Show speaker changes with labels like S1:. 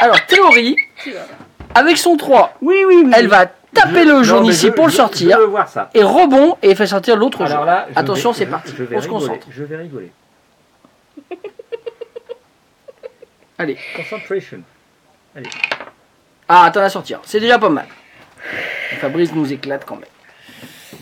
S1: Alors, Théorie, avec son 3,
S2: Oui, oui, oui.
S1: elle va taper le jaune ici pour le sortir.
S2: Je veux voir ça.
S1: Et rebond et fait sortir l'autre jaune.
S2: Alors là, je
S1: Attention,
S2: vais-
S1: c'est
S2: je-
S1: parti.
S2: je vais
S1: On se
S2: rigoler,
S1: concentre.
S2: Je vais rigoler.
S1: Allez.
S2: Concentration.
S1: Ah, attends à sortir. C'est déjà pas mal. Fabrice nous éclate quand même.